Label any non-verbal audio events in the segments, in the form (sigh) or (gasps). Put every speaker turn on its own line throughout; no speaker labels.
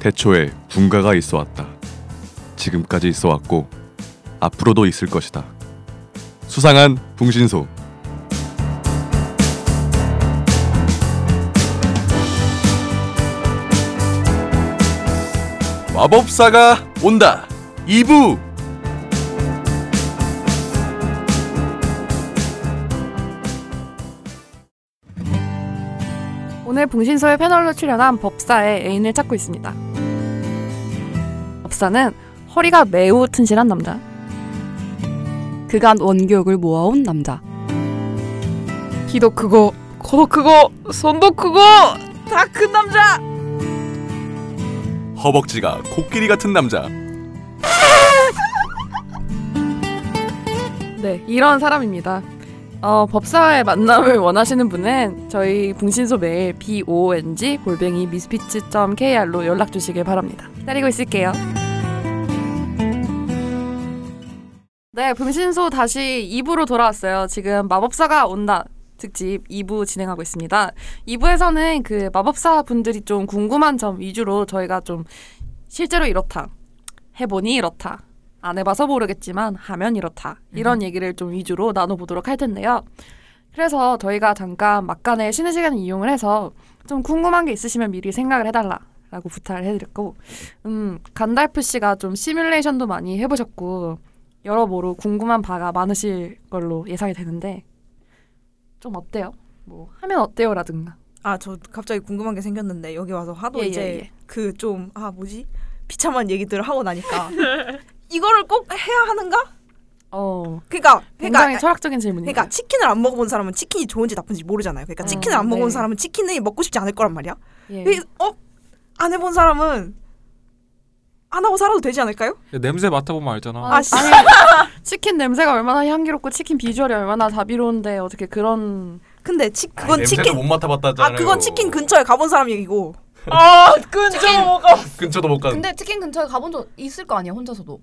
태초에 군가가 있어 왔다. 지금까지 있어 왔고 앞으로도 있을 것이다. 수상한 붕신소. 마법사가 온다. 2부.
오늘 봉신소의 패널로 출연한 법사의 애인을 찾고 있습니다. 법사는 허리가 매우 튼실한 남자.
그간 원교육을 모아온 남자.
키도 크고 코도 크고 손도 크고 다 큰 남자.
허벅지가 코끼리 같은 남자.
네, 이런 사람입니다. 어, 법사의 만남을 원하시는 분은 저희 봉신소 메일 b o n g 골뱅이 미스피츠.kr로 연락 주시길 바랍니다. 기다리고 있을게요. 네, 봉신소 다시 2부로 돌아왔어요. 지금 마법사가 온다. 특집 2부 진행하고 있습니다. 2부에서는 그 마법사 분들이 좀 궁금한 점 위주로 저희가 좀 실제로 이렇다. 해보니 이렇다. 안 해봐서 모르겠지만 하면 이렇다
음.
이런 얘기를 좀 위주로 나눠보도록 할 텐데요. 그래서 저희가 잠깐 막간의 쉬는 시간을 이용을 해서 좀 궁금한 게 있으시면 미리 생각을 해달라라고 부탁을 해드렸고, 음 간달프 씨가 좀 시뮬레이션도 많이 해보셨고 여러모로 궁금한 바가 많으실 걸로 예상이 되는데 좀 어때요? 뭐 하면 어때요라든가.
아 저 갑자기 궁금한 게 생겼는데 여기 와서 하도
예,
이제
예, 예.
그 좀 아 뭐지 비참한 얘기들을 하고 나니까 (laughs) 이거를 꼭 해야 하는가?
어
그러니까 그러니까
굉장히 철학적인 질문이에요.
그러니까 치킨을 안 먹어본 사람은 치킨이 좋은지 나쁜지 모르잖아요. 그러니까
어,
치킨을 안 먹어본
네.
사람은 치킨이 먹고 싶지 않을 거란 말이야.
예.
왜, 어? 안 해본 사람은 안 하고 살아도 되지 않을까요?
야, 냄새 맡아보면 알잖아.
아,
아, 씨.
아니, 치킨 냄새가 얼마나 향기롭고 치킨 비주얼이 얼마나 다비로운데 어떻게 그런
근데 치,
아,
그건 치킨
맡아봤다잖아요.
아 그건 치킨 근처에 가본 사람 얘기고
아,
근처도 못
근데 치킨 근처에 가본 적 있을 거 아니야 혼자서도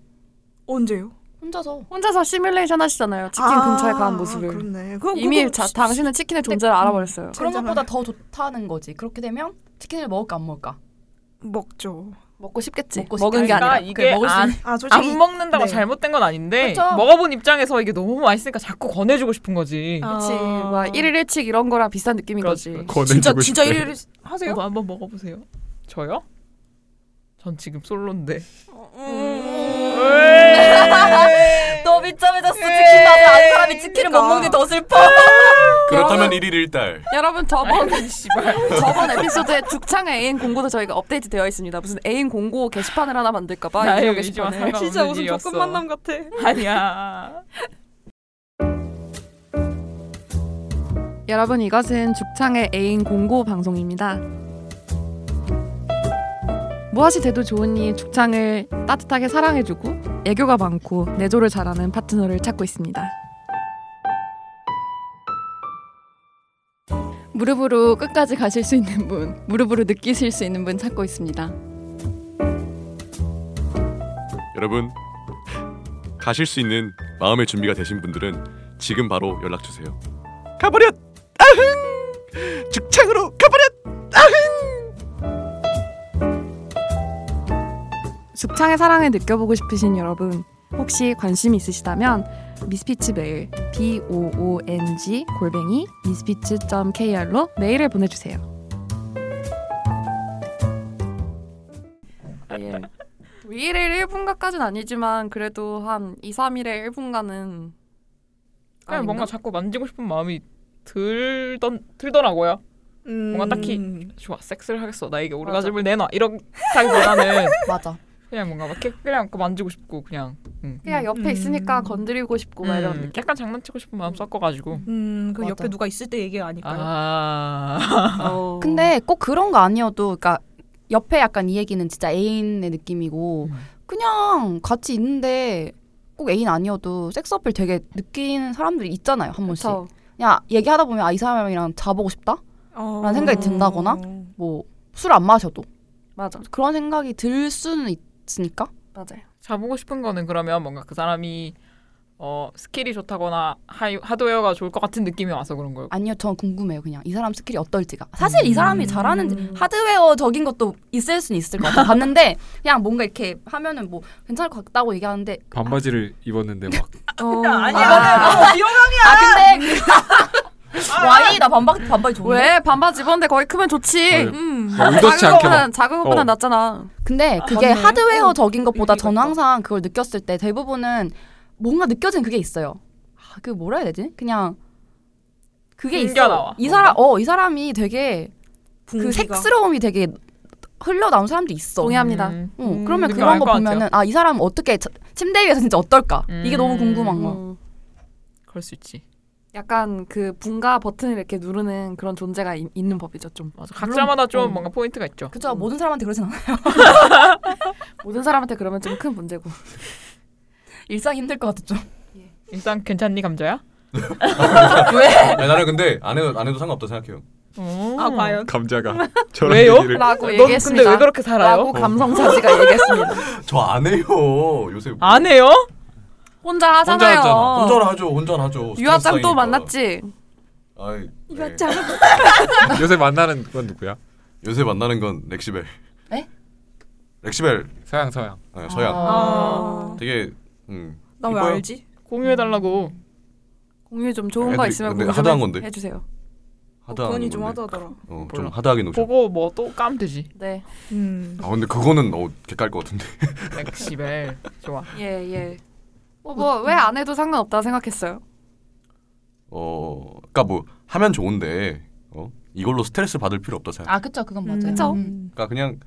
언제요?
혼자서
혼자서 시뮬레이션 하시잖아요. 치킨
아,
근처에 간
아,
모습을.
그렇네. 그럼
이미
그거
자,
지-
당신은 치킨의 존재를 알아버렸어요.
그런
괜찮아요.
것보다 더 좋다는 거지 그렇게 되면 치킨을 먹을까 안 먹을까
먹죠.
먹고 싶겠지.
먹고
먹은 게
싶다.
아니라.
그러니까
그래,
이게
먹을 수
안,
있는-
아 솔직히
안 먹는다고
네.
잘못된 건 아닌데
그렇죠.
먹어본 입장에서 이게 너무 맛있으니까 자꾸 권해주고 싶은 거지.
그렇지.
아.
막 1일 1칙 이런 거랑 비슷한 느낌인
그렇지.
거지.
진짜 진짜 일일
하세요. 어, 한번 먹어보세요. 저요? 전 지금 솔로인데. (laughs) 네.
너 밑잠에서 치킨
네.
맛을 아는 사람이 치킨을
그러니까.
못 먹는 더 슬퍼
그렇다면 1일 1달.
(laughs) 여러분 저번
씨발.
저번 에피소드에 죽창의 애인 공고도 저희가 업데이트 되어 있습니다. 무슨 애인 공고 게시판을 하나 만들까 봐.
나의
이거
의지와
게시판을.
상관없는
진짜 무슨
일이었어.
조금 만남 같아.
아니야.
여러분 이것은 죽창의 애인 공고 방송입니다. 무엇이 돼도 좋으니 죽창을 따뜻하게 사랑해주고 애교가 많고 내조를 잘하는 파트너를 찾고 있습니다.
무릎으로 끝까지 가실 수 있는 분, 무릎으로 느끼실 수 있는 분 찾고 있습니다.
여러분 가실 수 있는 마음의 준비가 되신 분들은 지금 바로 연락 주세요. 가버렸 아흥 죽창으로 가버렸
죽창의 사랑을 느껴보고 싶으신 여러분 혹시 관심 있으시다면 미스피츠 메일 b o o n g 골뱅이 미스피츠 kr로 메일을 보내주세요.
아,
예. 1일에 1분가까지는 아니지만 그래도 한 2, 3일에 1분가는
그냥 뭔가 자꾸 만지고 싶은 마음이 들던 들더라고요.
음.
뭔가 딱히 좋아 섹스를 하겠어 나에게 오르가즘을 내놔 이렇다기보다는
맞아
그냥 뭔가 막 이렇게 그냥 그 만지고 싶고 그냥 음.
그냥 옆에
음.
있으니까 건드리고 싶고 막 이런
음,
느낌.
약간 장난치고 싶은 마음 섞어가지고
음, 그
맞아.
옆에 누가 있을 때 얘기 아닐까요?
아 (laughs)
어.
(laughs) 근데 꼭 그런 거 아니어도 그러니까 옆에 약간 이 얘기는 진짜 애인의 느낌이고
음.
그냥 같이 있는데 꼭 애인 아니어도 섹스 어필 되게 느끼는 사람들이 있잖아요 한 번씩
그쵸.
그냥 얘기하다 보면 아 이 사람이랑 자보고 싶다
어.
라는 생각이 든다거나? 뭐 술 안 마셔도
맞아
그런 생각이 들 수는 있으니까
맞아요.
자보고 싶은 거는 그러면 뭔가 그 사람이 어 스킬이 좋다거나 하이, 하드웨어가 좋을 것 같은 느낌이 와서 그런 걸고
아니요, 전 궁금해요. 그냥 이 사람 스킬이 어떨지가. 사실 이
음.
사람이 잘하는지 하드웨어적인 것도 있을 수는 있을 것 같아요. 봤는데 그냥 뭔가 이렇게 하면은 뭐 괜찮을 것 같다고 얘기하는데
반바지를 입었는데
(laughs)
막
어.
근데 아니야. 너무 위험해.
아 근데 그 와이 나 반바지 반바지 좋은데.
왜 반바지 입었는데 거기 크면 좋지.
아유,
음.
막 의도치 않게 막
것보단 작은 것보다
어.
낫잖아.
근데 그게
맞네.
하드웨어적인 것보다 저는
있다.
항상 그걸 느꼈을 때 대부분은 뭔가 느껴진 그게 있어요. 아, 그 뭐라 해야 되지? 그냥 그게 있어.
풍겨나와,
이 사람 어, 이 사람이 되게 그
분위기가.
색스러움이 되게 흘러나온 사람도 있어.
동의합니다.
음.
어,
음,
그러면
느낌
그런
알
거
것 같아요.
보면은 아, 이 사람은 어떻게 자- 침대 위에서 진짜 어떨까? 이게 너무
음.
궁금한 거.
음.
그럴 수 있지
약간 그 분가 버튼을 이렇게 누르는 그런 존재가 이, 있는 법이죠. 좀
맞아 각자마다 좀
음.
뭔가 포인트가 있죠
그쵸 모든 사람한테 그러진 않아. (laughs)
모든 사람한테 그러면 좀 큰 문제고.
일상 힘들 것 같았죠.
일단 괜찮니 감자야
아니, 나는 근데 안 해도 안 해도 상관없다 생각해요.
어.
아 과연.
감자가 저런
왜요?
얘기를-
라고
넌 어, 근데
어, 얘기했습니다.
왜 그렇게 살아요
라고 감성자지가 얘기했습니다.
저 안 해요. 요새
안 해요
혼자 하잖아요.
하잖아.
혼자 하죠. 혼자 하죠.
유아짱
스트레스
또
쌓이니까.
만났지.
아이, 네.
(laughs) 요새 만나는 건 누구야?
요새 만나는 건 렉시벨.
에?
렉시벨
서양 서양.
아,
어.
서양.
아.
되게 음.
나 왜
이뻐요?
알지?
공유해달라고
공유 좀 좋은 거
근데-
있으면
근데
공유 좀
하드한
해-
건데.
해주세요.
하다.
그건이 좀 하다더라.
어, 좀
몰라.
하다하긴 오죠.
보고 뭐 또 까면 되지
네.
음.
아 근데 그거는 어 개깔 것 같은데.
렉시벨 좋아
예 예. 뭐 왜 안 해도 상관없다 생각했어요.
어, 그러니까 뭐 하면 좋은데 어 이걸로 스트레스 받을 필요 없다 생각.
아 그쵸 음. 그건 맞아요.
그쵸.
그러니까 그냥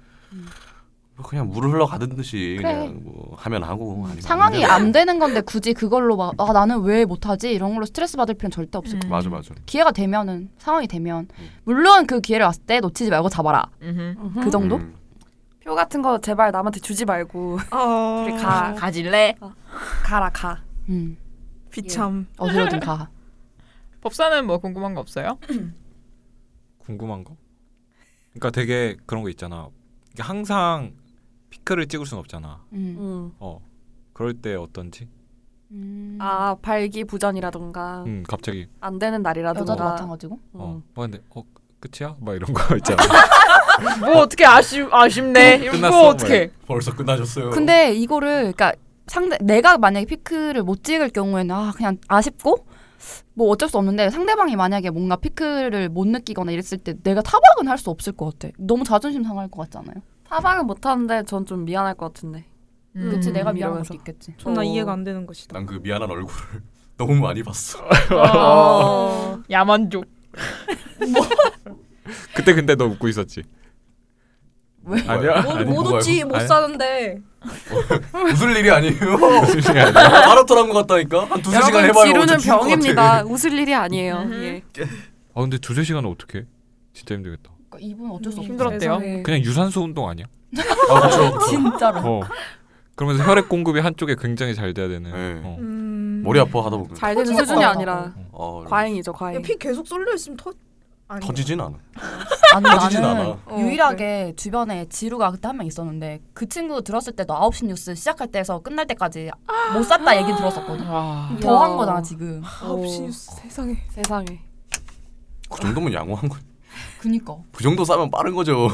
뭐 그냥 물 흘러가던 듯이
그래.
그냥 뭐 하면 하고 아니면
상황이
안
음.
안 되는 건데 굳이 그걸로 막 아 나는 왜 못하지 이런 걸로 스트레스 받을 필요는 절대 없어요.
음.
되면. 맞아 맞아.
기회가 되면은 상황이 되면 물론 그 기회를 왔을 때 놓치지 말고 잡아라
음흠.
그 정도.
음.
표 같은 거 제발 남한테 주지 말고
아.
그래, 가
가질래
가라 가.
음.
비참.
어디로든 가.
법사는 뭐 궁금한 거 없어요
궁금한 거? 그러니까 되게 그런 거 있잖아. 이게 항상 피크를 찍을 순 없잖아.
음.
어. 그럴 때 어떤지?
음.
아
어.
발기부전이라던가
음, 갑자기
안 되는
여자도
날이라던가. 음.
마찬가지고.
어. 뭐 근데 어 끝이야? 막 이런 거 있잖아.
(laughs) 뭐 어떻게 아쉽 아쉽네 이거
끝났어,
뭐 어떻게
벌써 끝나셨어요.
근데 이거를 그러니까 상대 내가 만약에 피크를 못 찍을 경우에는 아 그냥 아쉽고 뭐 어쩔 수 없는데 상대방이 만약에 뭔가 피크를 못 느끼거나 이랬을 때 내가 타박은 할 수 없을 것 같아. 너무 자존심 상할 것 같잖아요.
타박은 못하는데 전 좀 미안할 것 같은데.
음.
그치 내가
미안한
미안한
것도
것도 있겠지.
존나
어.
이해가 안 되는 것이다.
난 그 미안한 얼굴을 (laughs) 너무 많이 봤어.
어. 야만족
그때 근데 너 웃고 있었지.
왜?
아니야.
못,
아니,
못
뭐가요? 어,
웃지 못
아니.
사는데.
웃을 일이 아니에요. 웃을 일이 아니야. (laughs) 마라톤 한것 같다니까. 한 두세 시간
여러분
해봐요.
지루는
어차피 죽을 것 같아.
병입니다. 웃을 일이 아니에요.
음.
예.
아 근데 두세 시간은 어떻게? 진짜 힘들겠다.
그러니까 이분 어쩔 수 없어.
힘들었대요
세상에.
그냥 유산소 운동 아니야?
아 그렇죠.
(laughs)
진짜로.
어. 그러면서 혈액 공급이 한쪽에 굉장히 잘 돼야 되는.
네.
어.
음.
머리 아파 하다 보면.
잘 되는
터질
수준이
것
아니라
어,
과잉이죠 과잉.
피 계속 쏠려 있으면 터. 아니.
터지진 않아.
아니
터지진
나는
않아.
어,
유일하게 주변에 지루가 그때 한 명 있었는데 그 친구 들었을 때도 9시 뉴스 시작할 때에서 끝날 때까지 못 샀다 얘기 들었었거든.
와
더 한 거잖아 지금.
아홉 시 뉴스 세상에.
세상에.
그 정도면 양호한 거.
그니까.
그 정도 싸면 빠른 거죠.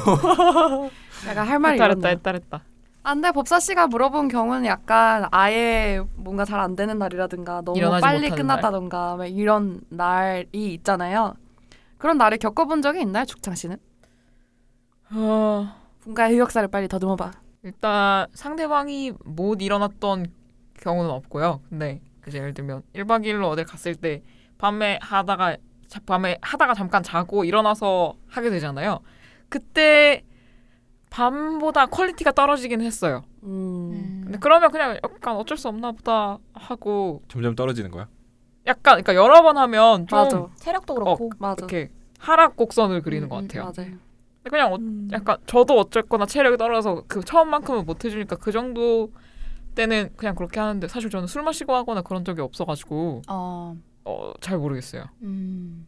(laughs)
내가 할 말이
했다
있었네.
했다 했다
아, 근데 법사 씨가 물어본 경우는 약간 아예 뭔가 잘 안 되는 날이라든가 너무
일어나지
빨리
못하는
끝났다던가 막 이런 날이 있잖아요. 그런 날을 겪어본 적이 있나요, 죽창 씨는?
어,
분가의 흑역사를 빨리 더듬어봐.
일단 상대방이 못 일어났던 경우는 없고요. 근데 이제 예를 들면 1박 2일로 어딜 갔을 때 밤에 하다가 자- 밤에 하다가 잠깐 자고 일어나서 하게 되잖아요. 그때 밤보다 퀄리티가 떨어지긴 했어요.
음.
근데 그러면 그냥 약간 어쩔 수 없나 보다 하고
점점 떨어지는 거야?
약간 그러니까 여러 번 하면 좀
맞아,
체력도 그렇고.
맞아,
이렇게 하락 곡선을 그리는
음,
것
음,
같아요.
맞아.
근데 그냥 어,
음.
약간 저도 어쨌거나 체력이 떨어져서 그 처음만큼은 못 해주니까 그 정도 때는 그냥 그렇게 하는데 사실 저는 술 마시고 하거나 그런 적이 없어가지고
어.
어, 잘 모르겠어요.
음.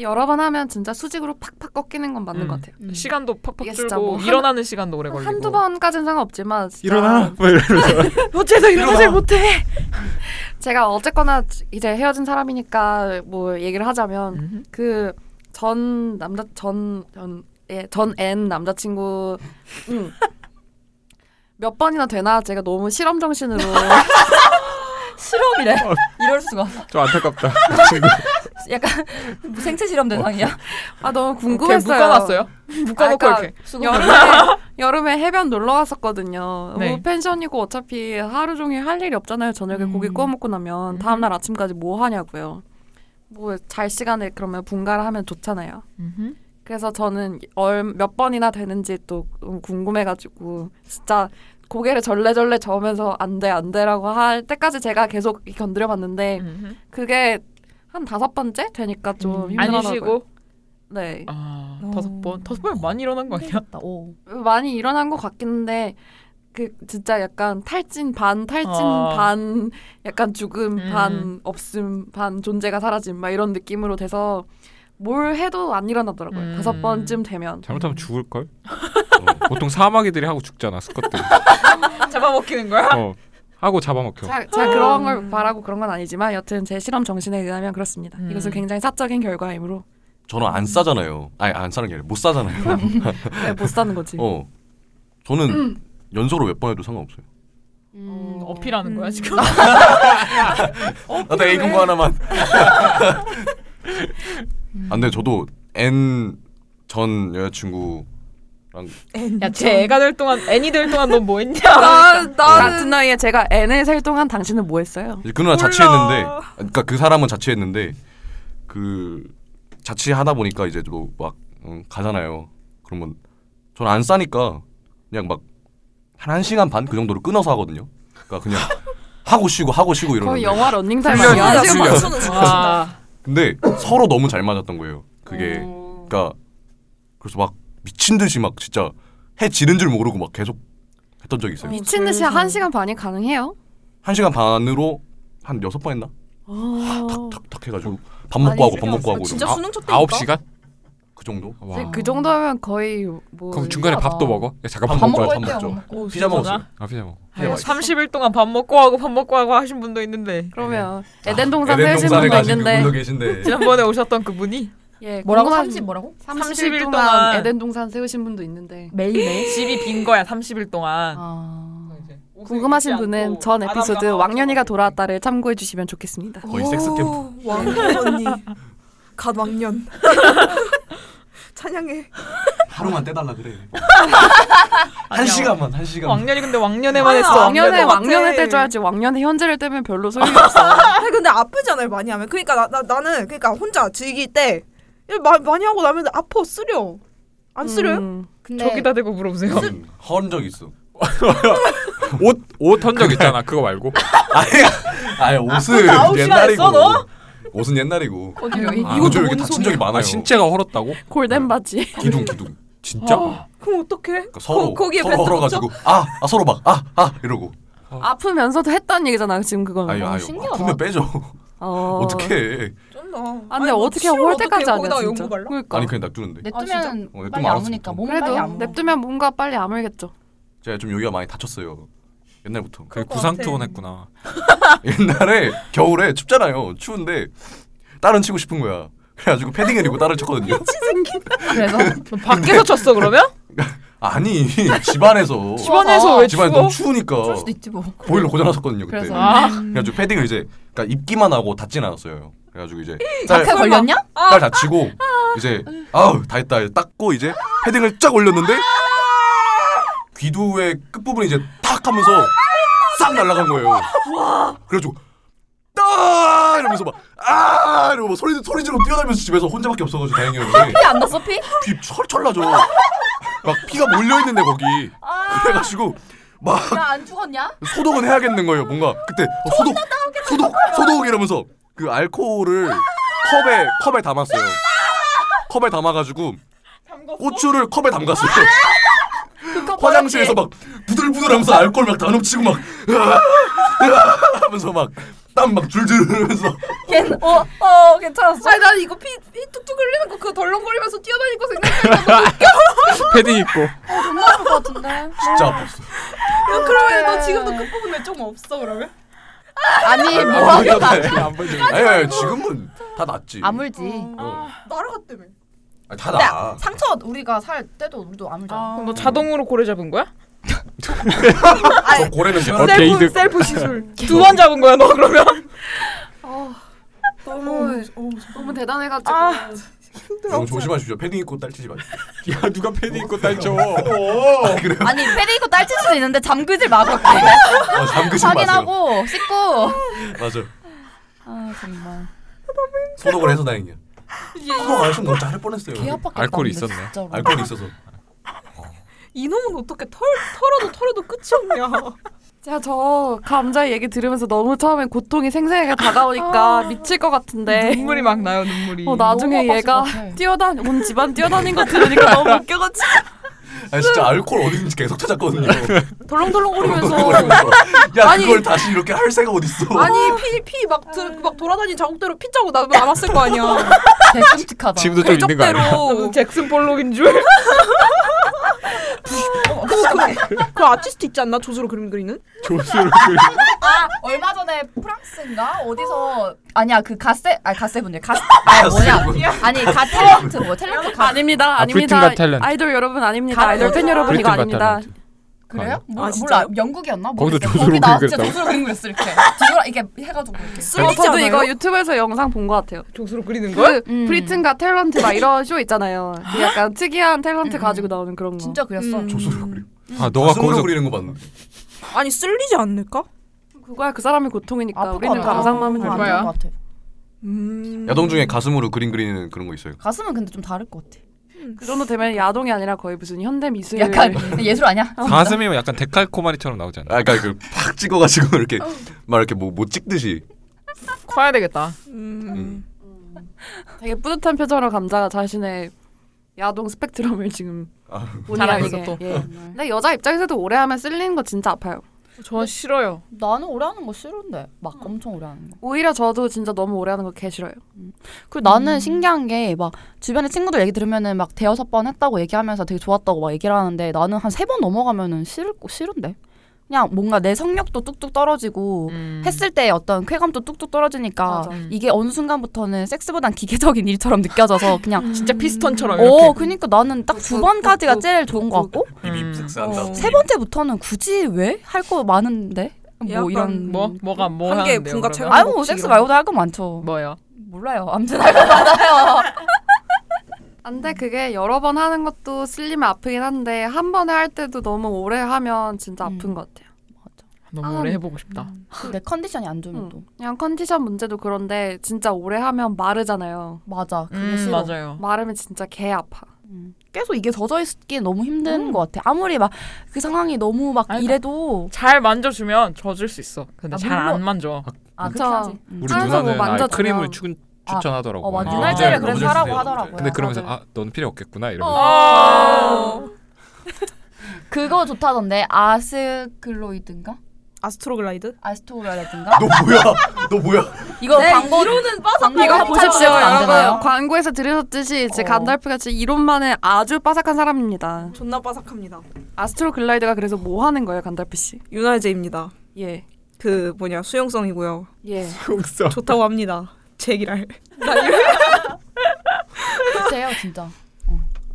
여러 번 하면 진짜 수직으로 팍팍 꺾이는 건 맞는
음.
것 같아요.
음.
시간도 팍팍
이게
줄고
진짜 뭐 한-
일어나는 시간도 오래 걸리고
한두 번까지는 상관없지만 진짜
뭐 이러면서
(laughs)
어째서 일어나질 못해?
제가 어쨌거나 이제 헤어진 사람이니까 뭐 얘기를 하자면
음흠.
그 전 남자 전전 예, 전 N 남자친구 음. 몇 번이나 되나 제가 너무 실험 정신으로
실험이래. 이럴 수가.
좀 안타깝다. 친구.
약간 뭐 생체 실험 대상이야.
아 너무
이렇게
궁금했어요.
묶어놨어요. 묶어놓고
그러니까
이렇게
(laughs)
여름에 (laughs) 여름에 해변 놀러 갔었거든요.
네.
뭐 펜션이고 어차피 하루 종일 할 일이 없잖아요. 저녁에 고기 구워 먹고 나면 다음 날 아침까지 뭐 하냐고요. 뭐 잘 시간에 그러면 분가를 하면 좋잖아요.
음흠.
그래서 저는 얼, 몇 번이나 되는지 또 너무 궁금해가지고 진짜 고개를 절레절레 저으면서 안 돼 안 돼라고 할 때까지 제가 계속 견드려봤는데
음흠.
그게 한 다섯 번째 되니까 좀 힘들더라고요.
안 쉬고
네
아 다섯 번 다섯 번 많이 일어난 거 아니야?
오.
많이 일어난 것 같긴데 그 진짜 약간 탈진 반 탈진
어.
반 약간 죽음
음.
반 없음 반 존재가 사라짐 막 이런 느낌으로 돼서 뭘 해도 안 일어나더라고요
음.
다섯 번쯤 되면
잘못하면 죽을 걸. 어, 보통 사마귀들이 하고 죽잖아 스쿼트.
잡아먹히는 거야?
어, 하고 잡아먹혀.
자, 자 그런 걸 바라고 그런 건 아니지만 여튼 제 실험 정신에 의하면 그렇습니다
음.
이것은 굉장히 사적인 결과이므로
저는 안 싸잖아요. 아니 안 싸는 게 아니라 못 싸잖아요.
네, 음. 못 사는 거지
어, 저는 연속으로 몇 번 해도 상관없어요.
음, (laughs) 어필하는 거야 지금?
아,
(laughs)
어,
나도 A 공고 하나만. 안 돼, 아, 저도 N 전 여자친구랑
야쟤 애가 될 동안 애니 될 동안 넌 뭐 했냐?
나, 같은 나이에 제가 N을 살 동안 당신은 뭐 했어요?
그 누나 자취했는데, 그러니까 그 사람은 자취했는데 그 자취하다 보니까 이제 또막 음, 가잖아요. 그러면 저는 안 싸니까 그냥 막한1 시간 반 그 정도로 끊어서 하거든요. 그러니까
(laughs)
그냥 하고 쉬고 하고 쉬고 이러는
거의
거예요.
영화 런닝타임
훈련,
아니야?
훈련.
뭐
지금
맞추는 순간.
와
근데 서로 너무 잘 맞았던 거예요. 그게 그러니까 그래서 막 미친 듯이 막 진짜 해 지는 줄 모르고 막 계속 했던 적이 있어요.
미친 듯이 한 시간 반이 가능해요?
한 시간 반으로 한 여섯 번 했나?
어.
탁탁 해가지고 밥 먹고 하고 밥 먹고 뭐 하고
아, 진짜
이러면
수능 초 때니까.
아홉 시간?
그 정도?
와.
그 정도면 거의 뭐
아. 그럼 중간에
신기하다.
밥도 먹어? 야, 잠깐
밥
밥,
밥
먹자.
먹을
먹어요,
때요.
밥 먹죠.
오,
피자 먹었어요.
진짜다.
아 피자 먹어.
네,
아유,
맛있어.
30일 동안 밥 먹고 하고 밥 먹고 하고 하신 분도 있는데
그러면 에덴 동산 세우신 분도 있는데
분도
(laughs)
계신데
지난번에 오셨던 그분이
예,
뭐라고
궁금한-
30 뭐라고?
30일 동안,
동안
에덴 동산 세우신 분도 있는데
네, 매일매일.
집이 빈 거야 30일 동안
아.
궁금하신 분은 전 에피소드 왕년이가 돌아왔다를 참고해 주시면 좋겠습니다.
거의 섹스 캠프.
왕년 언니. 갓 (laughs) 왕년. 찬양해.
하루만 떼달라 그래. 한 시간만 한 시간.
왕년이 근데 왕년에만 했어
아,
왕년에
왕년에
왕년에
왕년에
똑같아.
떼줘야지 왕년에 현재를 떼면 별로 소용이 없어.
아니 근데 아프잖아요 많이 하면. 그러니까 나, 나 나는 그러니까 혼자 즐길 때 일 마, 많이 하고 나면 아파 쓰려. 안 쓰려요?
음.
근데
저기다 대고 물어보세요
음, 헌 적 있어. (laughs)
옷옷한적 있잖아. 그거 말고.
아니 옷은
아픈데 아홉 시간
옛날이고.
했어, 너?
옷은 옛날이고.
어디요? 이-
이거
아, 이것도
저 여기 다친 적이 많아요.
아 신체가 헐었다고?
골덴 바지.
기둥 기둥.
진짜?
그럼 어떡해?
그러니까 서로
거, 기에
서로 걸어가지고 아, 아 서로 막 아 아 이러고
아프면서도 했다는 얘기잖아 지금 그건.
아유 아유
신기하다.
아프면 빼죠
어.
어떡해
좀 나.
아 근데 어떻게 올 때까지 하냐
뭐 거기다가
진짜.
연고 발라?
그러니까.
아니 그냥
네.
놔두는데
아,
냅두면
어, 냅두면
빨리
알아서
아무니까
보통.
몸 빨리
그래도
안
냅두면 뭔가 빨리 아물겠죠.
제가 좀 여기가 많이 다쳤어요 옛날부터 그러니까
그
그럴 것
구상
같아.
투혼했구나.
옛날에 겨울에 춥잖아요 추운데 딸은 치고 싶은 거야 그래가지고 패딩을 입고 딸을 쳤거든요
그래서
밖에서 쳤어 그러면?
아니 집안에서
(laughs) 집안에서 왜
집안이
추워?
너무 추우니까
줄 수도 있지 뭐.
보일러 고장났었거든요 그때
그래서.
아
그래가지고 패딩을 이제 그러니까 입기만 하고 닿진 않았어요 그래가지고 이제 딸,
자폐 아, 걸렸냐?
딸 다치고 이제 아우 다 했다 닦고 이제 패딩을 쫙 올렸는데 귀두의 끝부분이 이제 탁 하면서 싹 날아간 거예요. 그래가지고 따 이러면서 막아 이러고 막 소리 소리 지르고 뛰어다니면서 집에서 혼자밖에 없어가지고 다행이었는데
피안 났어 피?
귀 철철 나죠. 막 피가 몰려 있는데 거기 그래가지고 막
나 안 죽었냐?
소독은 해야겠는 거예요. 뭔가 그때 어, 소독, 소독, 소독 이러면서 그 알코올을 컵에 컵에 담았어요. 컵에 담아가지고 고추를 컵에 담갔어요.
아! 그
화장실에서 막 부들부들하면서 알코올 막 다 넘치고 막 으아, 으아 하면서 막 땀 막 줄줄 흐르면서
어, 어, 괜찮았어.
아니 난 이거 피, 피 툭툭 흘리는 거 그거 덜렁거리면서 뛰어다니는 거 생각
패딩 입고
존나 아플 것 같은데.
진짜 아팠어.
야, 그러면
네.
너 지금도 끝부분 왜좀 없어 그러면?
아니 뭐
네, 안 보이잖아. 아니, 아니 지금은 다 낫지.
아물지.
어.
날아갔다며
아니, 다 나.
상처 우리가 살 때도 우리도 아물잖아.
그럼 너 자동으로 고래 잡은 거야?
저 고래는
어,
셀프
게이득.
셀프 시술 두 번 잡은 거야 너 그러면?
어,
너무 네. 너무 대단해가지고
아.
좀 조심하십시오. 패딩 입고 딸치지 마세요.
야 누가 패딩 입고 딸쳐
아, 그래요?
아니 페리 입고 딸칠 수도 있는데 잠그질 마고
어, 잠그지 마세요.
확인하고 씻고.
맞아.
아 정말.
소독을 해서 다행이야. 소독 안 했으면 너무 잘할 뻔했어요.
개 아팠겠다.
알코올이
근데
있었네.
진짜로.
(laughs) 알코올이 있어서.
이놈은 어떻게 털, 털어도 털어도 끝이
(laughs)
없냐
제가 저 감자 얘기 들으면서 너무 처음엔 고통이 생생하게 다가오니까
아.
미칠 것 같은데
눈물이 막 나요 눈물이.
어, 나중에
너무 아팠을
얘가
것 같아.
뛰어다니 온 집안 뛰어다닌 거 들으니까 너무 웃겨가지고
아 진짜 알코올 어디든지 계속 찾았거든요.
덜렁덜렁거리면서
야
아니.
그걸 다시 이렇게 할 새가 어딨어.
(laughs) 아니 피피막 막 돌아다닌 자국대로 피 자국 나- 남았을 거 아니야
(laughs)
대끔찍하다.
지금도 좀 있는 거 아니야? (laughs)
나는 잭슨 볼록인 줄.
어, 그 아티스트 있지 않나 조수로 그림 그리는?
조수를
아 얼마 전에 프랑스인가 어디서 아니야 그 가세 아 가세분들 가 아, 뭐냐 아니 가 탤런트 뭐 탤런트 가
아닙니다
아,
아닙니다
브리튼 갓 탤런트.
아이돌 여러분 아닙니다
가-
아이돌 팬 여러분
브리튼
이거
갓
아닙니다
탤런트.
그래요? 몰라,
아, 진짜요?
몰라 영국이었나?
거기서
모르겠어요.
조수로
거기 나
그림
진짜
그렸다고?
조수로 그림 그렸어 이렇게 뒤돌아 이렇게 해가지고
음.
이렇게
어, 저도
않아요?
이거 유튜브에서 영상 본 것 같아요
조수로 그리는 거야?
그
음.
브리튼과 탤런트 막 이런 쇼
(gasps)
있잖아요 그 약간 특이한 탤런트 가지고 나오는 그런 거
진짜 그렸어.
음.
조수로 그리고.
아 너가
가슴으로
거기서
그리는 거 봤는데.
아니 쓸리지 않을까?
그거야 그 사람의 고통이니까
아플
우리는
것 같아.
감상만
아,
하면
안
돼
거야.
좋을 것 같아.
음...
야동 중에 가슴으로 그림 그리는 그런 거 있어요.
가슴은 근데 좀 다를 것 같아.
그 정도 되면 야동이 아니라 거의 무슨 현대 미술
약간 예술 아니야?
(laughs) 가슴이면 약간 데칼코마니처럼 나오지 않나?
아, 그러니까 그팍 찍어가지고 (laughs) 이렇게 막 이렇게 뭐 못 찍듯이.
커야 되겠다.
음...
되게 뿌듯한 표정으로 감자가 자신의 야동 스펙트럼을 지금
아.
본의
자랑해서
아니게,
또.
예. 근데 여자 입장에서도 오래 하면 쓸리는 거 진짜 아파요.
저 싫어요.
나는 오래 하는 거 싫은데 막 엄청 오래 하는 거.
오히려 저도 진짜 너무 오래 하는 거 개 싫어요.
음.
그리고 나는 신기한 게 막 주변에 친구들 얘기 들으면은 막 대여섯 번 했다고 얘기하면서 되게 좋았다고 막 얘기를 하는데 나는 한 세 번 넘어가면은 싫을 싫은데 그냥 뭔가 내 성력도 뚝뚝 떨어지고
음.
했을 때 어떤 쾌감도 뚝뚝 떨어지니까
맞아.
이게 어느 순간부터는 섹스보단 기계적인 일처럼 느껴져서
(laughs)
그냥
음. 진짜 피스톤처럼 이렇게. 그
어 그니까 나는 딱 두 번까지가 제일 좋은 것 같고
음.
어.
세 번째부터는 굳이 왜 할 거 많은데 뭐
약간
이런
뭐 뭐가 뭐
한개
하는데요?
분과
그러면?
체감.
아유 뭐 섹스 말고도 할 거 많죠
뭐요?
몰라요
(laughs)
아무튼 할 거 많아요
근데 그게 여러 번 하는 것도 쓸리면 아프긴 한데 한 번에 할 때도 너무 오래 하면 진짜 아픈
음.
것 같아요.
너무
아,
오래 해보고 싶다.
내 컨디션이 안 좋으면
응.
또
그냥 컨디션 문제도 그런데 진짜 오래 하면 마르잖아요.
맞아 그게
음,
싫어
맞아요.
마르면 진짜 개 아파.
음. 계속 이게 젖어 있기 너무 힘든 것 같아 아무리 막 음. 그 상황이 너무 막
아니,
이래도
잘 만져주면 젖을 수 있어. 근데
아,
잘 안
물론.
만져.
아
그쵸.
그렇게 하지 음.
우리
아,
누나는
뭐
아예
만져주면-
크림을 추, 추천하더라고.
어, 맞아
아,
눈알제를
모델,
그래서
모델
하라고
주세요.
하더라고요
근데 그러면서
맞아요.
아넌 필요 없겠구나 이러면서
어.
아.
그거 좋다던데 아스글로이드인가
아스트로글라이드?
아스토라든가
너 뭐야? 너 뭐야?
네, 이거 광고 광고
이거 보십시오
협찬 안 어, 되나요?
여러분. 광고에서 들으셨듯이 이제
어.
간달프같이 이론만에 아주 빠삭한 사람입니다.
존나 빠삭합니다
아스트로 글라이드가 그래서 뭐 하는 거예요 간달프 씨?
윤활제입니다
예.
그 뭐냐 수용성이고요
예.
흑사.
좋다고 합니다 (laughs) 제기랄
진짜요 진짜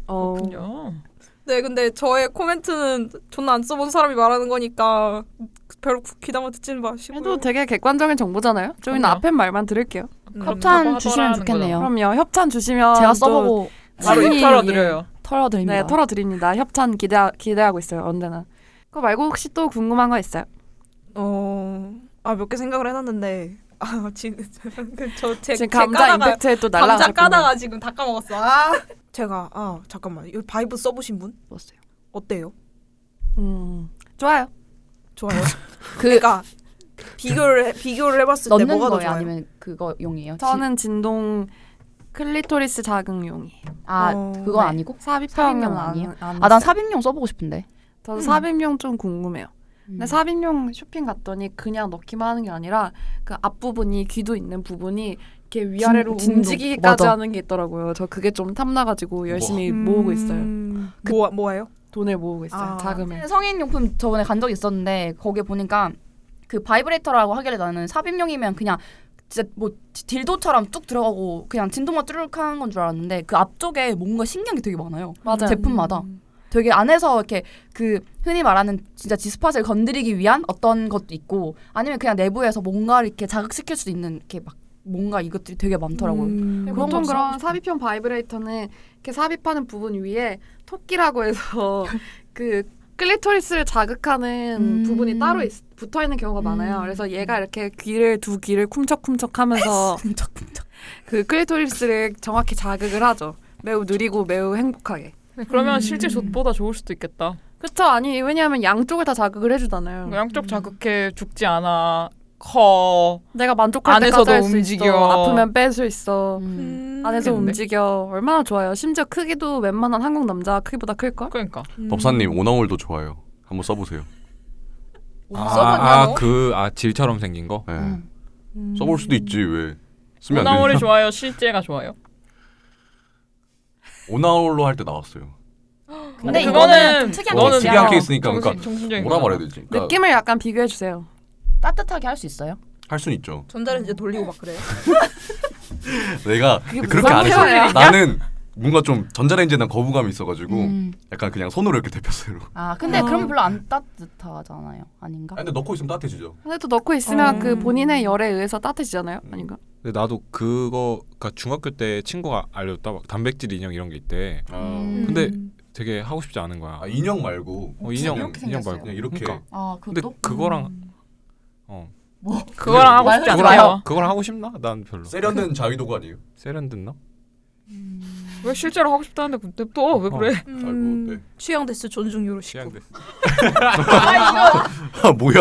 어.
그렇군요.
네 근데 저의 코멘트는 존나 안 써본 사람이 말하는 거니까 별로 구- 귀담아 듣지는 마시고요
해도 되게 객관적인 정보잖아요. 저희는
그럼요.
앞에 말만 들을게요.
음.
협찬
뭐가
주시면
더라는
좋겠네요
그럼요. 협찬 주시면
어. 제가
또-
써보고
바로
친히,
입털어드려요.
예.
털어드립니다.
네, 털어 드립니다. 협찬 기대 기대하고 있어요. 언제나. 그거 말고 혹시 또 궁금한 거 있어요?
어... 아몇 개 생각을 해놨는데 아 지금 (laughs) 네, 저제
지금 감자 임팩트에 또
감자
날라가셨군요.
까다가 지금 다 까먹었어 아 제가 아 잠깐만 이 바이브 써보신 분?
써봤어요.
어때요?
음. 좋아요. (laughs)
좋아요 그러니까 비교를 해- 비교를 해봤을 때
넣는
뭐가 더
거예요?
좋아요?
아니면 그거 용이에요?
저는 진동 클리토리스 자극용이.
아
어,
그건
네.
아니고?
삽입형은
삽입용은
안-
아니에요?
안
아 난
했어요.
삽입용 써보고 싶은데
저도 삽입용 좀 궁금해요.
음.
근데 삽입용 쇼핑 갔더니 그냥 넣기만 하는 게 아니라 그 앞부분이 귀도 있는 부분이 이렇게 위아래로
진- 진동.
움직이기까지
맞아.
하는 게 있더라고요. 저 그게 좀 탐나가지고 열심히 모으고
음.
있어요.
뭐 뭐예요?
돈을 모으고 있어요.
아.
자금을.
네. 성인용품 저번에 간 적 있었는데 거기에 보니까 그 바이브레이터라고 하길래 나는 삽입용이면 그냥 진짜 뭐 디- 딜도처럼 쭉 들어가고 그냥 진동만 뚜룩한 건 줄 알았는데 그 앞쪽에 뭔가 신기한 게 되게 많아요. 음.
맞아요.
제품마다 되게 안에서 이렇게 그 흔히 말하는 진짜 지스팟을 건드리기 위한 어떤 것도 있고 아니면 그냥 내부에서 뭔가 이렇게 자극시킬 수도 있는 이렇게 막 뭔가 이것들이 되게 많더라고요.
음,
네,
그런
보통
거
그런
사고
삽입형 바이브레이터는 이렇게 삽입하는 부분 위에 토끼라고 해서 그 클리토리스를 자극하는
음.
부분이 따로 붙어 있는 경우가 많아요.
음.
그래서 얘가 이렇게 귀를 두 귀를 쿰척쿰척하면서
쿵짝쿵짝.
그 클리토리스를 정확히 자극을 하죠. 매우 느리고 매우 행복하게.
그러면 실제 젖보다 좋을 수도 있겠다. 그러니까
그쵸? 아니 왜냐하면 양쪽을 다 자극을 해주잖아요.
양쪽 자극해 죽지 않아 커.
내가 만족할
안에서도
때까지 할수
움직여.
있어. 아프면 뺄 수 있어.
음.
아, 네,
안에서
네.
근데.
움직여. 얼마나 좋아요. 심지어 크기도 웬만한 한국 남자 크기보다 클걸?
그러니까
음.
법사님 오나홀도 좋아요. 한번 써보세요.
아그 아 질처럼 생긴 거.
예.
음.
써볼 수도 있지 왜? 쓰면 안
오나홀이
되니까.
좋아요. 실제가 좋아요.
오나홀로 할 때 나왔어요.
근데
어,
이거는 좀 특이한
너무
케이스야.
특이한 케이스니까 그러니까
정신적인
뭐라
거잖아.
말해야 되지? 그러니까
느낌을 약간 비교해 주세요.
따뜻하게 할 수 있어요.
할 수는 있죠.
전자레인지 돌리고 막 그래요.
내가
그게 무슨
그렇게 안 해서
상관이야?
나는 뭔가 좀 전자레인지에 난 거부감이 있어가지고
음.
약간 그냥 손으로 이렇게 대표스로.
아 근데 그럼 별로 안 따뜻하잖아요. 아닌가?
근데 넣고 있으면 따뜻해지죠.
근데 또 넣고 있으면 그 본인의 열에 의해서 따뜻해지잖아요. 아닌가?
근데 나도 그거 그러니까 중학교 때 친구가 알려줬다 막 단백질 인형 이런 게 있대. 아, 근데 되게 하고 싶지 않은 거야.
아 인형 말고
어, 인형
이렇게
인형
음. 생겼어요.
말고
그냥 이렇게.
그러니까.
아
근데
그것도?
그거랑 어
그거랑 하고 싶지
말하지
않아요.
마요.
그거랑 하고 싶나? 난 별로.
세련된 자위도가 아니에요?
세련됐나?
왜 실제로 하고 싶다는데 근데
어,
또
어.
왜 그래?
(laughs) 아이고 네.
음. 취향 데스 존중 요로시고.
취향대.
아 뭐야?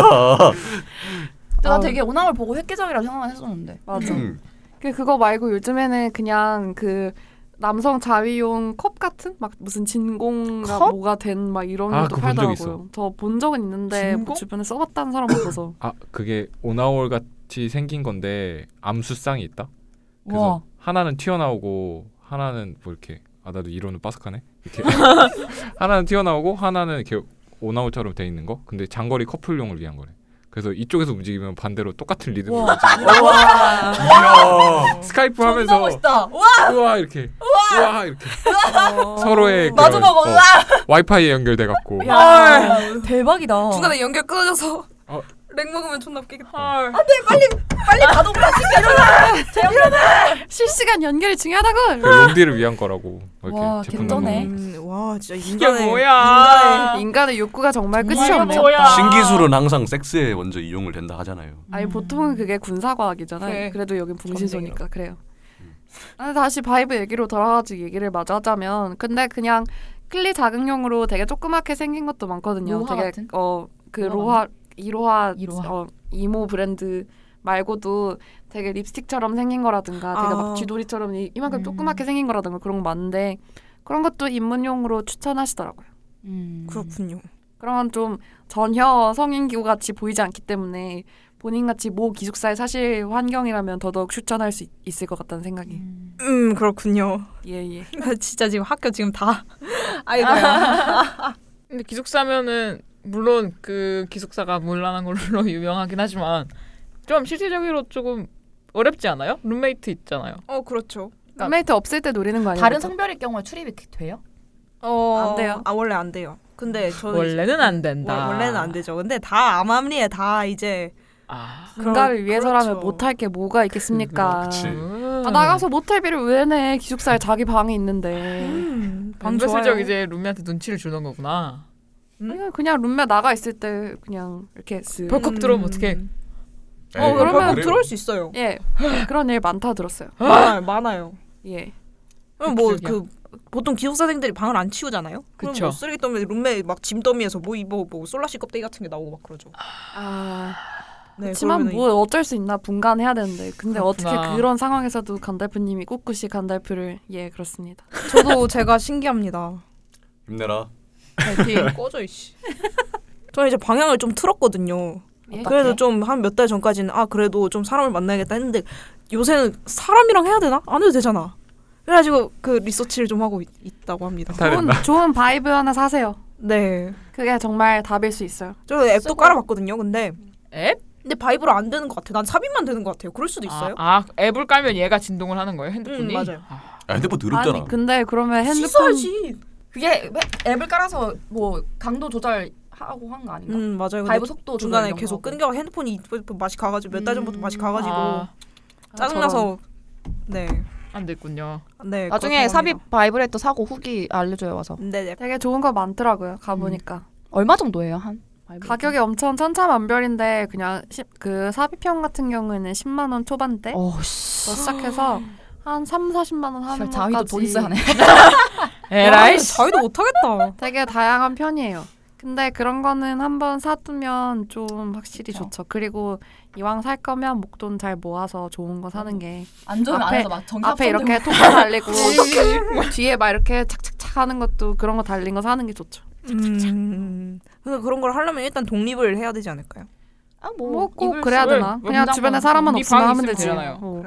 근데 나
아우.
되게 오나홀 보고 획기적이라고 생각만 했었는데.
맞아.
음.
그 그거 말고 요즘에는 그냥 그 남성 자위용 컵 같은 막 무슨 진공가
컵?
뭐가 된 막 이런
아,
것도
그거 본적
팔더라고요. 저 본 적은 있는데 뭐
진공?
주변에 써봤다는 사람 없어서. (laughs)
아 그게 오나홀 같이 생긴 건데 암수쌍이 있다. 그래서
와.
하나는 튀어나오고 하나는 뭐 이렇게 아 나도 이론은 빠삭하네. 이렇게 (laughs) 하나는 튀어나오고 하나는 이렇게 오나홀처럼 돼 있는 거. 근데 장거리 커플용을 위한 거래. 그래서 이쪽에서 움직이면 반대로 똑같은 리듬으로 움직이고
이야.
스카이프 하면서
멋있다.
우와 이렇게 우와, 이렇게 서로의 그런,
마주보고
어, 와이파이에 연결돼 갖고
야 대박이다.
중간에 연결 끊어져서
어.
(laughs) 렉 먹으면 존나 웃기겠다.
헐.
실시간 연결이 중요하다고.
그 롱디를 위한 거라고 뭐 이렇게
와,
제품
괜찮네.
음.
나오고.
음, 와 진짜
(laughs) 이게
인간의
뭐야?
인간의 욕구가 아. 정말 그렇죠. 끝이
이게
없네.
뭐야?
아. 신기술은 항상 섹스에 먼저 이용을 된다 하잖아요.
음.
아니 보통은 그게 군사과학이잖아요.
네.
그래.
그래도 여긴 봉신소니까 그래요. 아, 다시 바이브 얘기로 돌아가서 얘기를 마저 하자면 근데 그냥 클리 자극용으로 되게 조그맣게 생긴 것도 많거든요.
로하
되게
같은?
어그
로하
로하 이로하,
이로하.
어 이모 브랜드 말고도 되게 립스틱처럼 생긴 거라든가 되게
아.
막 쥐도리처럼 이- 이만큼
음.
조그맣게 생긴 거라든가 그런 거 많은데 그런 것도 입문용으로 추천하시더라고요.
음.
그렇군요.
그러면 좀 전혀 성인기구 같이 보이지 않기 때문에 본인같이 모 기숙사의 사실 환경이라면 더더욱 추천할 수 있- 있을 것 같다는 생각이
음 그렇군요.
예예
(laughs) 나 진짜 지금 학교 지금 다 아이고야.
근데 기숙사면은 물론 그 기숙사가 물란한 걸로 (laughs) 유명하긴 하지만 좀 실질적으로 조금 어렵지 않아요? 룸메이트 있잖아요.
어 그렇죠.
룸메이트 없을 때 노리는 거 아니에요? 그렇죠.
다른 성별일 경우에 출입이 그 돼요?
어,
안 돼요?
아 원래 안 돼요. 근데 저는
원래는 안
어, 원-
된다.
원래는 안 되죠. 근데 다 암암리에 다 이제
아.
분가를 위해서라면
그렇죠.
못할 게 뭐가 있겠습니까?
네.
그치.
음.
아, 나가서 모텔비를 왜 내? 기숙사에 자기 방이
음.
있는데
방
은근슬쩍
좋아요.
음, 이제 룸메한테 눈치를 주는 거구나.
그냥- 그냥 룸메 나가 있을 때 그냥 이렇게 쓱
벌컥 들어오면 어떡해.
어, 그러면
그래요.
음. 들어올 수 있어요.
예 그런 일 많다 들었어요
많아요. 많아요.
예
그럼 뭐
기적이야.
그 보통 기숙사생들이 방을 안 치우잖아요. 그럼
그쵸.
뭐 쓰레기 더미 룸메 막짐 더미에서 뭐 입어 뭐 솔라시 껍데기 같은 게 나오고 막 그러죠.
아,
네,
하지만
그러면은
뭐 어쩔 수 있나 분간해야 되는데 근데
그렇구나.
어떻게 그런 상황에서도 간달프님이 꿋꿋이 간달프를 예 그렇습니다
저도 제가 신기합니다.
힘내라.
파이팅. 꺼져 이씨. (laughs) 저는 이제 방향을 좀 틀었거든요.
예.
아,
그래도 좀 한 몇 달 전까지는 아 그래도 좀 사람을 만나야겠다 했는데 요새는 사람이랑 해야 되나? 안 해도 되잖아. 그래가지고 그 리서치를 좀 하고 있, 있다고 합니다.
좋은, 좋은 바이브 하나 사세요.
네.
그게 정말 답일 수 있어요.
저 앱도 깔아봤거든요. 근데
앱?
근데 바이브로 안 되는 것 같아. 난 삽입만 되는 것 같아요. 그럴 수도 있어요.
아, 아, 앱을 깔면 얘가 진동을 하는 거예요
음,
핸드폰이?
맞아요.
아,
야, 핸드폰 더럽잖아.
아니 근데 그러면 핸드폰
씻어야지.
그게 앱을 깔아서 뭐 강도 조절하고 한 거 아닌가?
음 맞아요. 근데
바이브 속도 조절
중간에
이런 거
계속
하고.
끊겨 핸드폰이 맛이 가가지고 몇 달 전부터 맛이 가가지고
아,
짜증나서 네.
안 됐군요.
네.
나중에
그렇다고 합니다.
삽입 바이브레이터 사고 후기 알려줘요 와서
네네.
되게 좋은 거 많더라고요. 가보니까.
얼마 정도예요 한? 바이브레이터?
가격이 엄청 천차만별인데 그냥 시, 그 삽입형 같은 경우에는 10만 원 초반대 로
어씨 아,
시작해서 한 3, 40만 원 하는
자위도
것까지
돈 있어야 하네.
네, 에라이 씨.
자유도
(laughs)
못하겠다.
되게 다양한 편이에요. 근데 그런 거는 한번 사두면 좀 확실히
그쵸.
좋죠. 그리고 이왕 살 거면 목돈 잘 모아서 좋은 거 사는 게
안 좋으면
앞에-
안 해서 막 정답
앞에 이렇게 톡 달리고 (laughs) 뒤에 막 이렇게 착착착 하는 것도 그런 거 달린 거 사는 게 좋죠.
음. 그래서 그런 걸 하려면 일단 독립을 해야 되지 않을까요?
뭐 꼭
아, 입을
그래야
쓰고
되나?
왜
그냥
문장
주변에
보면
사람만
우리
없으면
방이
하면
있으면
되지.
되잖아요.
어.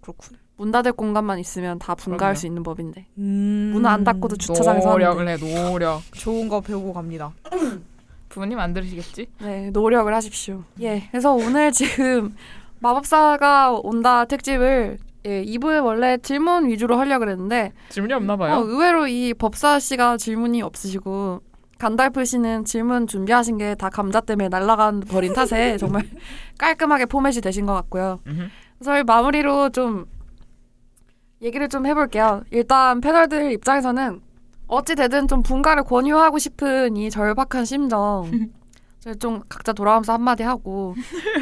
그렇군.
문 닫을 공간만 있으면 다 분가할
그럼요.
수 있는 법인데
음.
문 안 닫고도 주차장에서 하는데.
노력을 해 노력.
좋은 거 배우고 갑니다.
부모님 안 들으시겠지?
네 노력을 하십시오. 예 그래서 오늘 지금 마법사가 온다 특집을 예, 2부에 원래 질문 위주로 하려고 그랬는데
질문이 없나
어,
봐요.
의외로 이 법사 씨가 질문이 없으시고 간달프 씨는 질문 준비하신 게 다 감자 때문에 날아간 버린
(laughs)
탓에 정말 깔끔하게 포맷이 되신 것 같고요.
음흠.
저희 마무리로 좀 얘기를 좀 해볼게요. 일단 패널들 입장에서는 어찌 되든 좀 분가를 권유하고 싶은 이 절박한
(laughs)
심정. 저희 좀 각자 돌아오면서 한마디 하고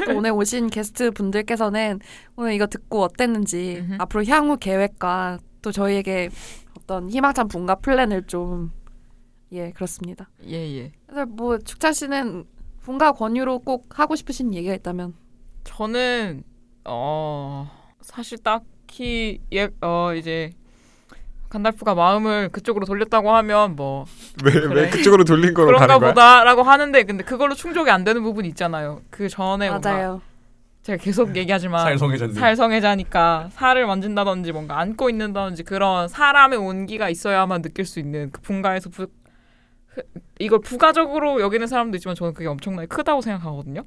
또 오늘 오신 게스트 분들께서는 오늘 이거 듣고 어땠는지
음흠.
앞으로 향후 계획과 또 저희에게 어떤 희망찬 분가 플랜을 좀 예 그렇습니다.
예예.
그래서 뭐 축찬 씨는 분가 권유로 꼭 하고 싶으신 얘기가 있다면
저는 어 사실 딱히 예어 이제 간달프가 마음을 그쪽으로 돌렸다고 하면 뭐
왜, 왜
그래.
그쪽으로 돌린 걸로
그런가
가는 거야?
보다라고 하는데 근데 그걸로 충족이 안 되는 부분이 있잖아요. 그
네,
전에 뭔가
맞아요.
제가 계속 얘기하지만
살성해졌네.
살성애자니까 살을 만진다든지 뭔가 안고 있는다든지 그런 사람의 온기가 있어야만 느낄 수 있는 그 분가에서 부, 흐- 이걸 부가적으로 여기는 사람도 있지만 저는 그게 엄청나게 크다고 생각하거든요.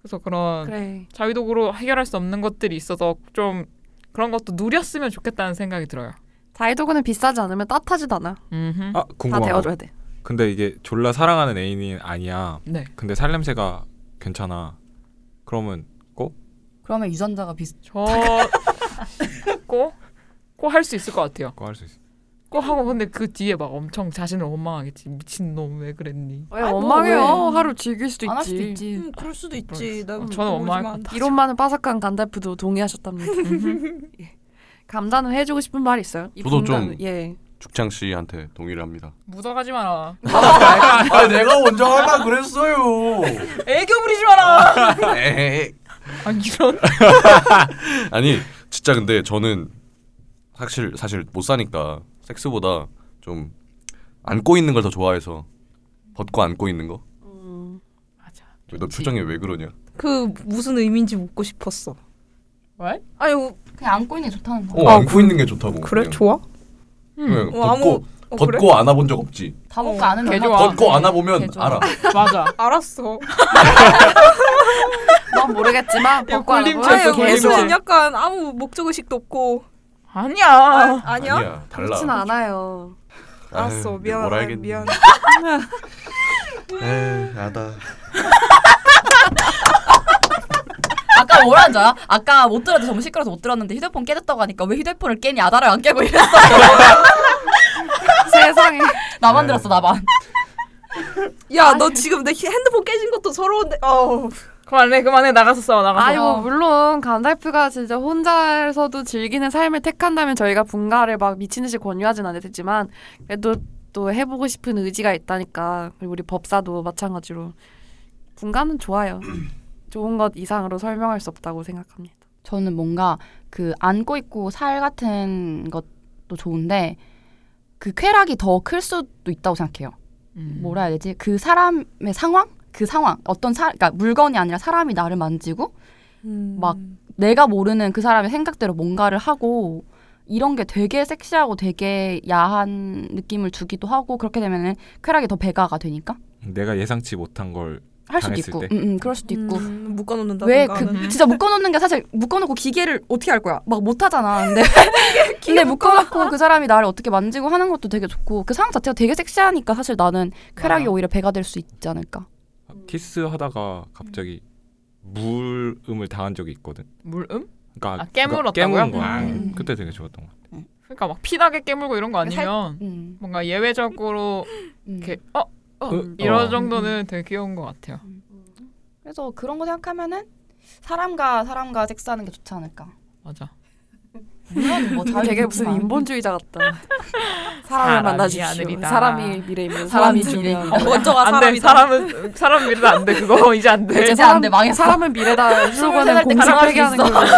그래서
음.
그런
그래
자위도구로 해결할 수 없는 것들이 있어서 좀 그런 것도 누렸으면 좋겠다는 생각이 들어요.
자이도구는 비싸지 않으면 따뜻하지도 않아.
음.
아
다
궁금한 거.
데워줘야 돼.
근데 이게 졸라 사랑하는 애인이 아니야.
네.
근데 살냄새가 괜찮아. 그러면
그러면 유전자가 비슷.
저꼭 (laughs) 꼭 할 수 있을 것 같아요.
그거 할 수 있어.
꼭 하고 근데 그 뒤에 막 엄청 자신을 원망하겠지. 미친 놈 왜 그랬니?
왜
아니, 뭐
원망해요?
왜.
하루 즐길 수도
안 할 수도
있지.
있지.
음, 그럴 수도 있지. 나
어,
모르지만.
저는 원망할
이론만은 빠삭한 간달프도
(laughs)
동의하셨답니다. 예. 감자는 해주고 싶은 말 있어요? 이
저도 좀-
분간- 예.
죽창 씨한테 동의를 합니다.
묻어가지 마라.
아 내가 먼저 하라 그랬어요.
(laughs)
애교
(laughs)
부리지 마라.
에헤이.
아 이런. (laughs)
아니 진짜 근데 저는 사실 사실 못 사니까 섹스보다 좀 안고 있는 걸 더 좋아해서 벗고 안고 있는 거.
맞아.
너 표정이 왜 그러냐?
그 무슨 의미인지 묻고 싶었어.
왜?
아니 어,
그냥 안고 있는 게 좋다는 거.
어
아,
안고 있는 게 좋다고.
그래
그냥.
좋아?
그냥
어, 아무-
벗고
어,
음. 벗고
그래?
안아본 적 없지.
다 먹고 아는
개
얼마
좋아.
없어.
벗고 안아보면
개 좋아. (laughs)
알아.
맞아.
알았어.
넌 모르겠지만 벗고 안 하고
아니
쳤어,
개 좋아.
무슨 약간 아무 목적 의식도 없고
아니야.
아, 니야
달라.
그렇진 않아요.
알았어
아유,
미안.
뭐라
아,
하겠니.
미안.
(laughs) 에이 나다.
아까 뭐라는 줄 알아? 아까 못 들어도 정말 시끄러워서 못 들었는데 휴대폰 깨졌다고 하니까 왜 휴대폰을 깨니 아다를 안 깨고 이랬어.
세상에.
(laughs) 나만 들었어 나만.
야 너 지금 내 핸드폰 깨진 것도 서러운데. 어.
그만해 그만해 나가서 싸워 나가서.
아니 뭐 물론 간달프가 진짜 혼자서도 즐기는 삶을 택한다면 저희가 분가를 막 미친 듯이 권유하진 않겠지만 그래도 또 해보고 싶은 의지가 있다니까 그리고 우리 법사도 마찬가지로 분가는 좋아요. (clears throat) 좋은 것 이상으로 설명할 수 없다고 생각합니다.
저는 뭔가 그 안고 있고 살 같은 것도 좋은데 그 쾌락이 더 클 수도 있다고 생각해요.
음.
뭐라 해야 되지? 그 사람의 상황? 그 상황 어떤 사 그러니까 물건이 아니라 사람이 나를 만지고 막 내가 모르는 그 사람의 생각대로 뭔가를 하고 이런 게 되게 섹시하고 되게 야한 느낌을 주기도 하고 그렇게 되면은 쾌락이 더 배가가 되니까
내가 예상치 못한 걸
할 수도
당했을
있고,
때?
음, 음, 그럴 수도 있고.
음, 묶어놓는다던가 네.
왜 그
하는.
진짜 묶어놓는 게 사실 묶어놓고 기계를 어떻게 할 거야? 막 못하잖아. (laughs) 근데 근데 묶어놓고 그 사람이 나를 어떻게 만지고 하는 것도 되게 좋고 그 상황 자체가 되게 섹시하니까 사실 나는 쾌락이
맞아.
오히려 배가 될 수 있지 않을까.
키스하다가 갑자기 물음을 당한 적이 있거든.
물음?
그러니까
아, 깨물었다고요?
깨물은 거야.
음.
그때 되게 좋았던 거.
그러니까 막 피나게 깨물고 이런 거
살-
아니면
음,
뭔가 예외적으로
음.
이렇게 어, 어
음,
이런
어.
정도는 되게 귀여운 것 같아요.
그래서 그런 거 생각하면은 사람과 사람과 섹스하는 게 좋지 않을까.
맞아.
물론 (laughs) 뭐 자유롭지만.
되게 무슨 인본주의자 같다.
사람이
사람을 만나십시오.
아들이다.
사람이 미래입니다. 사람이
사람이
중요합니다.
미래입니다.
먼저가
안돼
사람이다.
사람은 사람 미래도 안돼 그거 (laughs) 이제 안돼
이제
사람-
안 돼, 망했어.
사람은
(laughs)
미래다. 슬로건은
살때
공상
가능할
폐기하는
수 있어.
거예요.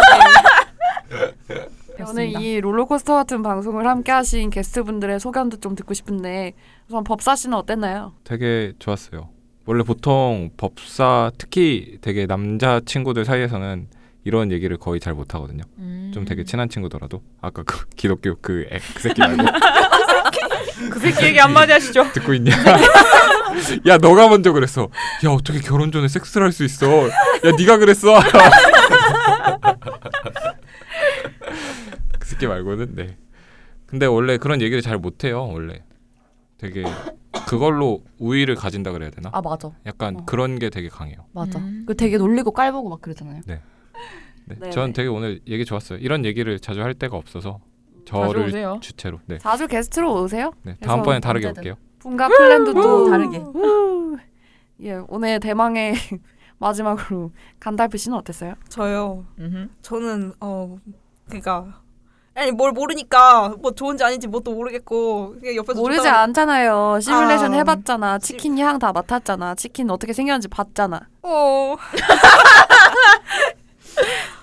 (laughs)
오늘
됐습니다.
이 롤러코스터 같은 방송을 함께 하신 게스트분들의 소견도 좀 듣고 싶은데 우선 법사 씨는 어땠나요?
되게 좋았어요. 원래 보통 법사 특히 되게 남자 친구들 사이에서는 이런 얘기를 거의 잘 못 하거든요.
음.
좀 되게 친한 친구더라도 아까 그 기독교 그, 애, 그 새끼 말고
그 새끼 얘기 한마디
(laughs)
하시죠
듣고 있냐? 야 너가 먼저 그랬어. 야 어떻게 결혼 전에 섹스를 할 수 있어? 야 네가 그랬어. (laughs) 그 새끼 말고는 네. 근데 원래 그런 얘기를 잘 못해요. 원래 되게 그걸로 우위를 가진다 그래야 되나?
아 맞아,
약간
어.
그런 게 되게 강해요.
맞아.
음.
그 되게 놀리고 깔보고 막 그러잖아요.
네.
네네.
전 되게 오늘 얘기 좋았어요. 이런 얘기를 자주 할 데가 없어서
자주
저를
오세요.
주체로. 네.
자주 게스트로 오세요.
네. 다음번엔 다르게
언제든.
올게요.
분과 플랜도 또
다르게.
우! 예, 오늘 대망의 (laughs) 마지막으로 간달프 씨는 어땠어요?
저요.
음흠.
저는 어 그러니까 아니 뭘 모르니까 뭐 좋은지 아닌지 뭣도 모르겠고 그냥 옆에서
모르지
좋다고-
않잖아요. 시뮬레이션
아.
해봤잖아. 치킨 향 다 맡았잖아. 치킨 어떻게 생겼는지 봤잖아.
어. (laughs)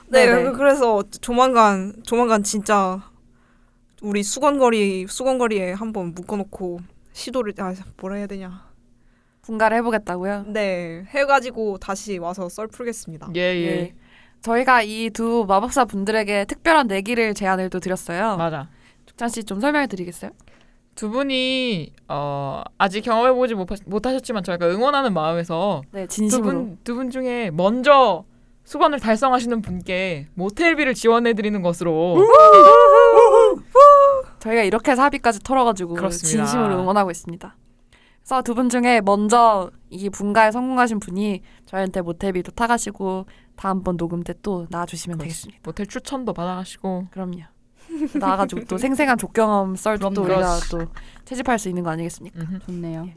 네,
네네.
그래서 조만간 조만간 진짜 우리 수건거리 수건거리에 한번 묶어놓고 시도를 아 뭐라 해야 되냐
분가를 해보겠다고요.
네 해가지고 다시 와서 썰 풀겠습니다.
예, 예.
예. 저희가 이 두 마법사 분들에게 특별한 내기를 제안을 또 드렸어요.
맞아
족찬 씨 좀 설명해 드리겠어요?
두 분이 어, 아직 경험해보지 못하, 못하셨지만 저희가 응원하는 마음에서
네,
두
진심으로.
분 두 분 중에 먼저 수건을 달성하시는 분께 모텔비를 지원해드리는 것으로
저희가 이렇게 사비까지 털어가지고
그렇습니다.
진심으로 응원하고 있습니다. 그래서 두 분 중에 먼저 이 분가에 성공하신 분이 저희한테 모텔비도 타가시고 다음번 녹음 때 또 나와주시면 되겠습니다.
모텔 추천도 받아가시고
그럼요. 나와가지고 또 생생한 족경험 썰도 또
그럼요.
우리가 또 채집할 수 있는 거 아니겠습니까?
음흠.
좋네요.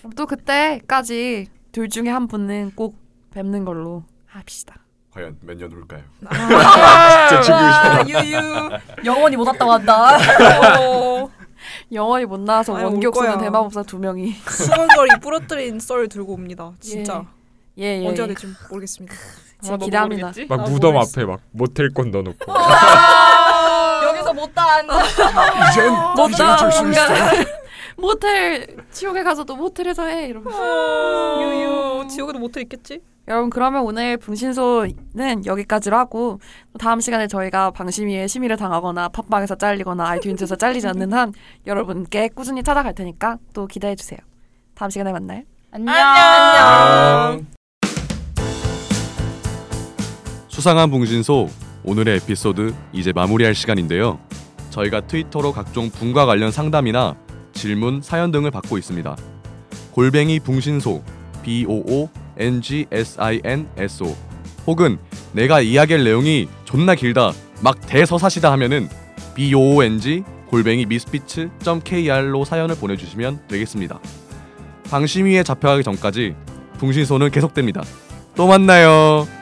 그럼 또 그때까지 둘 중에 한 분은 꼭 뵙는 걸로 합시다.
과연 몇 년 후일까요?
아, 유유.
영원히 못 왔다 왔다.
어,
(laughs) 영원히 못 나와서
아유,
원격
올 거야.
쓰는 대마법사 두 명이
수건거리 부러뜨린 썰 들고 옵니다. 진짜
예예
언제 해야 될지 모르겠습니다.
제
아, 너
기대합니다.
모르겠지?
막
아,
무덤
모르겠어.
앞에 막 모텔권 넣어놓고.
여기서 못다 한다.
이젠
못다
줄수
뭔가 (laughs) 모텔 지옥에 가서도 모텔에서 해 이러면
유유. 지옥에도 모텔 있겠지?
여러분 그러면 오늘 분신소는 여기까지로 하고 다음 시간에 저희가 방심위에 심의를 당하거나 팟빵에서 잘리거나 아이튠즈에서 잘리지 않는 한 여러분께 꾸준히 찾아갈 테니까 또 기대해 주세요. 다음 시간에 만나요.
안녕.
수상한 봉신소 오늘의 에피소드 이제 마무리할 시간인데요. 저희가 트위터로 각종 분과 관련 상담이나 질문, 사연 등을 받고 있습니다. 골뱅이 봉신소 b o o n g s i n s o 혹은 내가 이야기할 내용이 존나 길다 막 대서사시다 하면은 b o o n g 골뱅이 미스피츠 .kr로 사연을 보내주시면 되겠습니다. 방심위에 잡혀가기 전까지 봉신소는 계속됩니다. 또 만나요.